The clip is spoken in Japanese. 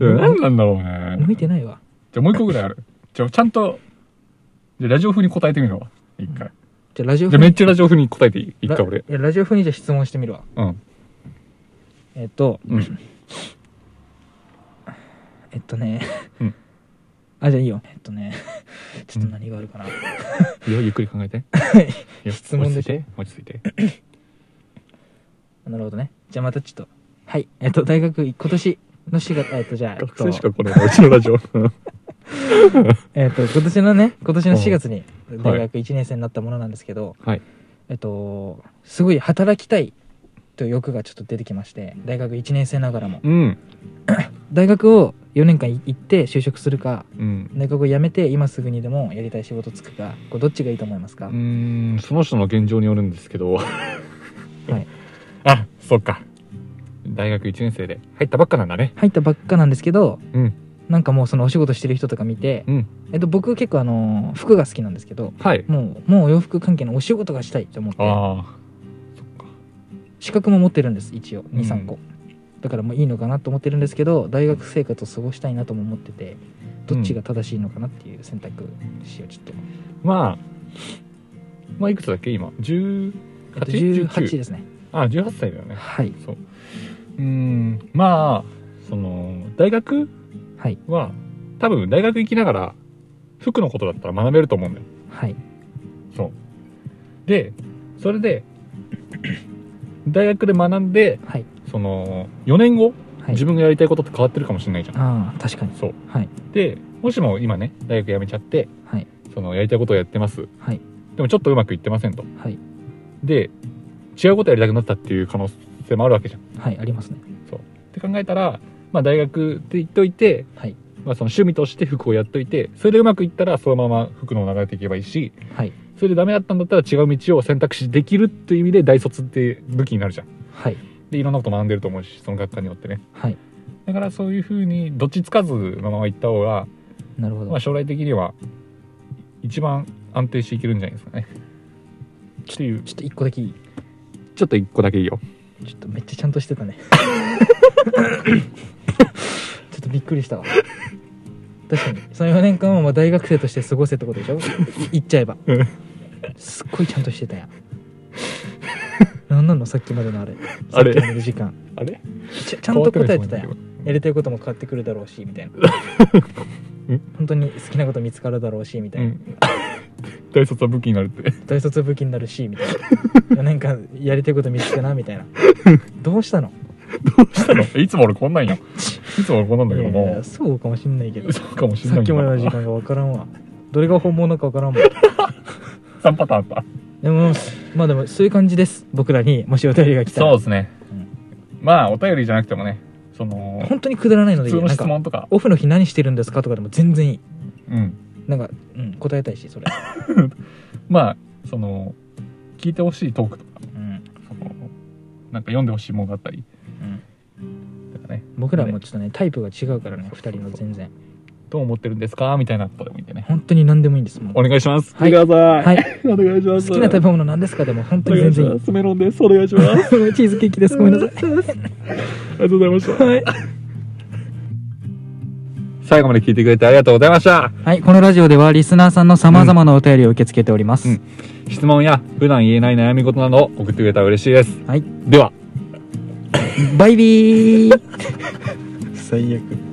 や何なんだろうね。向いてないわ。じゃあもう一個ぐらいある。じゃあちゃんと、じゃあラジオ風に答えてみるわ。一回。じゃあラジオじゃあめっちゃラジオ風に答えていい一回俺い。や、ラジオ風にじゃあ質問してみるわ。うん。えっと、うん。えっとね。うんあ、じゃあいいよ。えっとね。ちょっと何があるかな。 いやゆっくり考えて。いや質問で落しょち着いて。落ち着いて。なるほどね。じゃあまたちょっと。はい。えっと、大学、今年の4月、えっ と、じゃあ、えっ学と生しか来ないなうちのラジオ。うんえっと、今年のね、今年のうん4月にい大学1年生になったものなんですけど、はい。えっと、すごい働きたいという欲がちょっと出てきまして、大学1年生ながらも。うん。大学を4年間い行って就職するか、うん。大学を辞めて今すぐにでもやりたい仕事つくか、こうどっちがいいと思いますか、うーんその人の現状によるんですけど、はい あそっか大学1年生で入ったばっかなんだね入ったばっかなんですけど、うんなんかもうそのお仕事してる人とか見て、うんえっと、僕結構あの服が好きなんですけどはいもうもうお洋服関係のお仕事がしたいと思ってああそっか資格も持ってるんです一応うん23個、だからもういいのかなと思ってるんですけど大学生活を過ごしたいなとも思っててどっちが正しいのかなっていう選択肢をちょっと,、まあまあいくつだっけ今18えっと18 19ですねあ18歳だよねはいそううーんまあその大学はいは多分大学行きながら服のことだったら学べると思うんだよはいそうでそれで 大学で学んではいその4年後はい自分がやりたいことって変わってるかもしれないじゃん、ああ確かにそうはいでもしも今ね大学辞めちゃってはいそのやりたいことをやってますはいでもちょっとうまくいってませんとはいで違うことやりたくなったっていう可能性もあるわけじゃんっはいありますねて考えたら、まあ、大学って言っといて、はいまあ、その趣味として服をやっといてそれでうまくいったらそのまま服の流れていけばいいしはいそれでダメだったんだったら違う道を選択肢できるっていう意味で大卒って武器になるじゃんはいでいろんなこと学んでると思うしその学科によってねはいだからそういうふうにどっちつかずのまま行った方がなるほど、まあ、将来的には一番安定していけるんじゃないですかねっていうちょっと一個だけいいちょっと一個だけいいよちょっとめっちゃちゃんとし てたねちょっとびっくりしたわ確かにその4年間はまあ大学生として過ごせってことでしょ言っちゃえばうんすっごいちゃんとしてたやん何なのさっきまでのあれあれさっきまでの時間あれちゃちゃんと答えてた変やわんってないやりたいことも変わってくるだろうし みたいな本当に好きなこと見つかるだろうしみたういな、ん 大卒は武器になるって大卒武器になるしみたい な4年間やりたいこと見つけなみたいなどうしたのしたの いつも俺こんなんやいつも俺こんなんだけどいやいやもそうかもしんないけどそうかもしれさなっいきまでの時間が分からんわどれが本物か分からんわ3パターンあったでもまあでもそういう感じです僕らにもしお便りが来たらですね、まあお便りじゃなくてもねその本当にくだらないので普い通いよのなん質か問とかオフの日何してるんですかとかでも全然いいうんなんか、うん、答えたい しそれ、まあその聞いてほしいトークとかうんそのなんか読んでほしいものだったりうん、とかね僕らもちょっとねタイプが違うからね2人の全然どう思ってるんですかみたいなことでもいいんでね本当に何でもいいんですもうお願いします。はい見てください。はい。お願いしま好す。きな食べべ物何ですかでも本当にお願全いし然いいます。メロンです。お願いし ます。あチーズケーキですごめんなさいりがとうございました。はい最後まで聞いてくれてありがとうございました。はい、このラジオではリスナーさんの様々なお便りを受け付けております、うん質問や普段言えない悩み事などを送ってくれたら嬉しいです。はいでは。バイビー最悪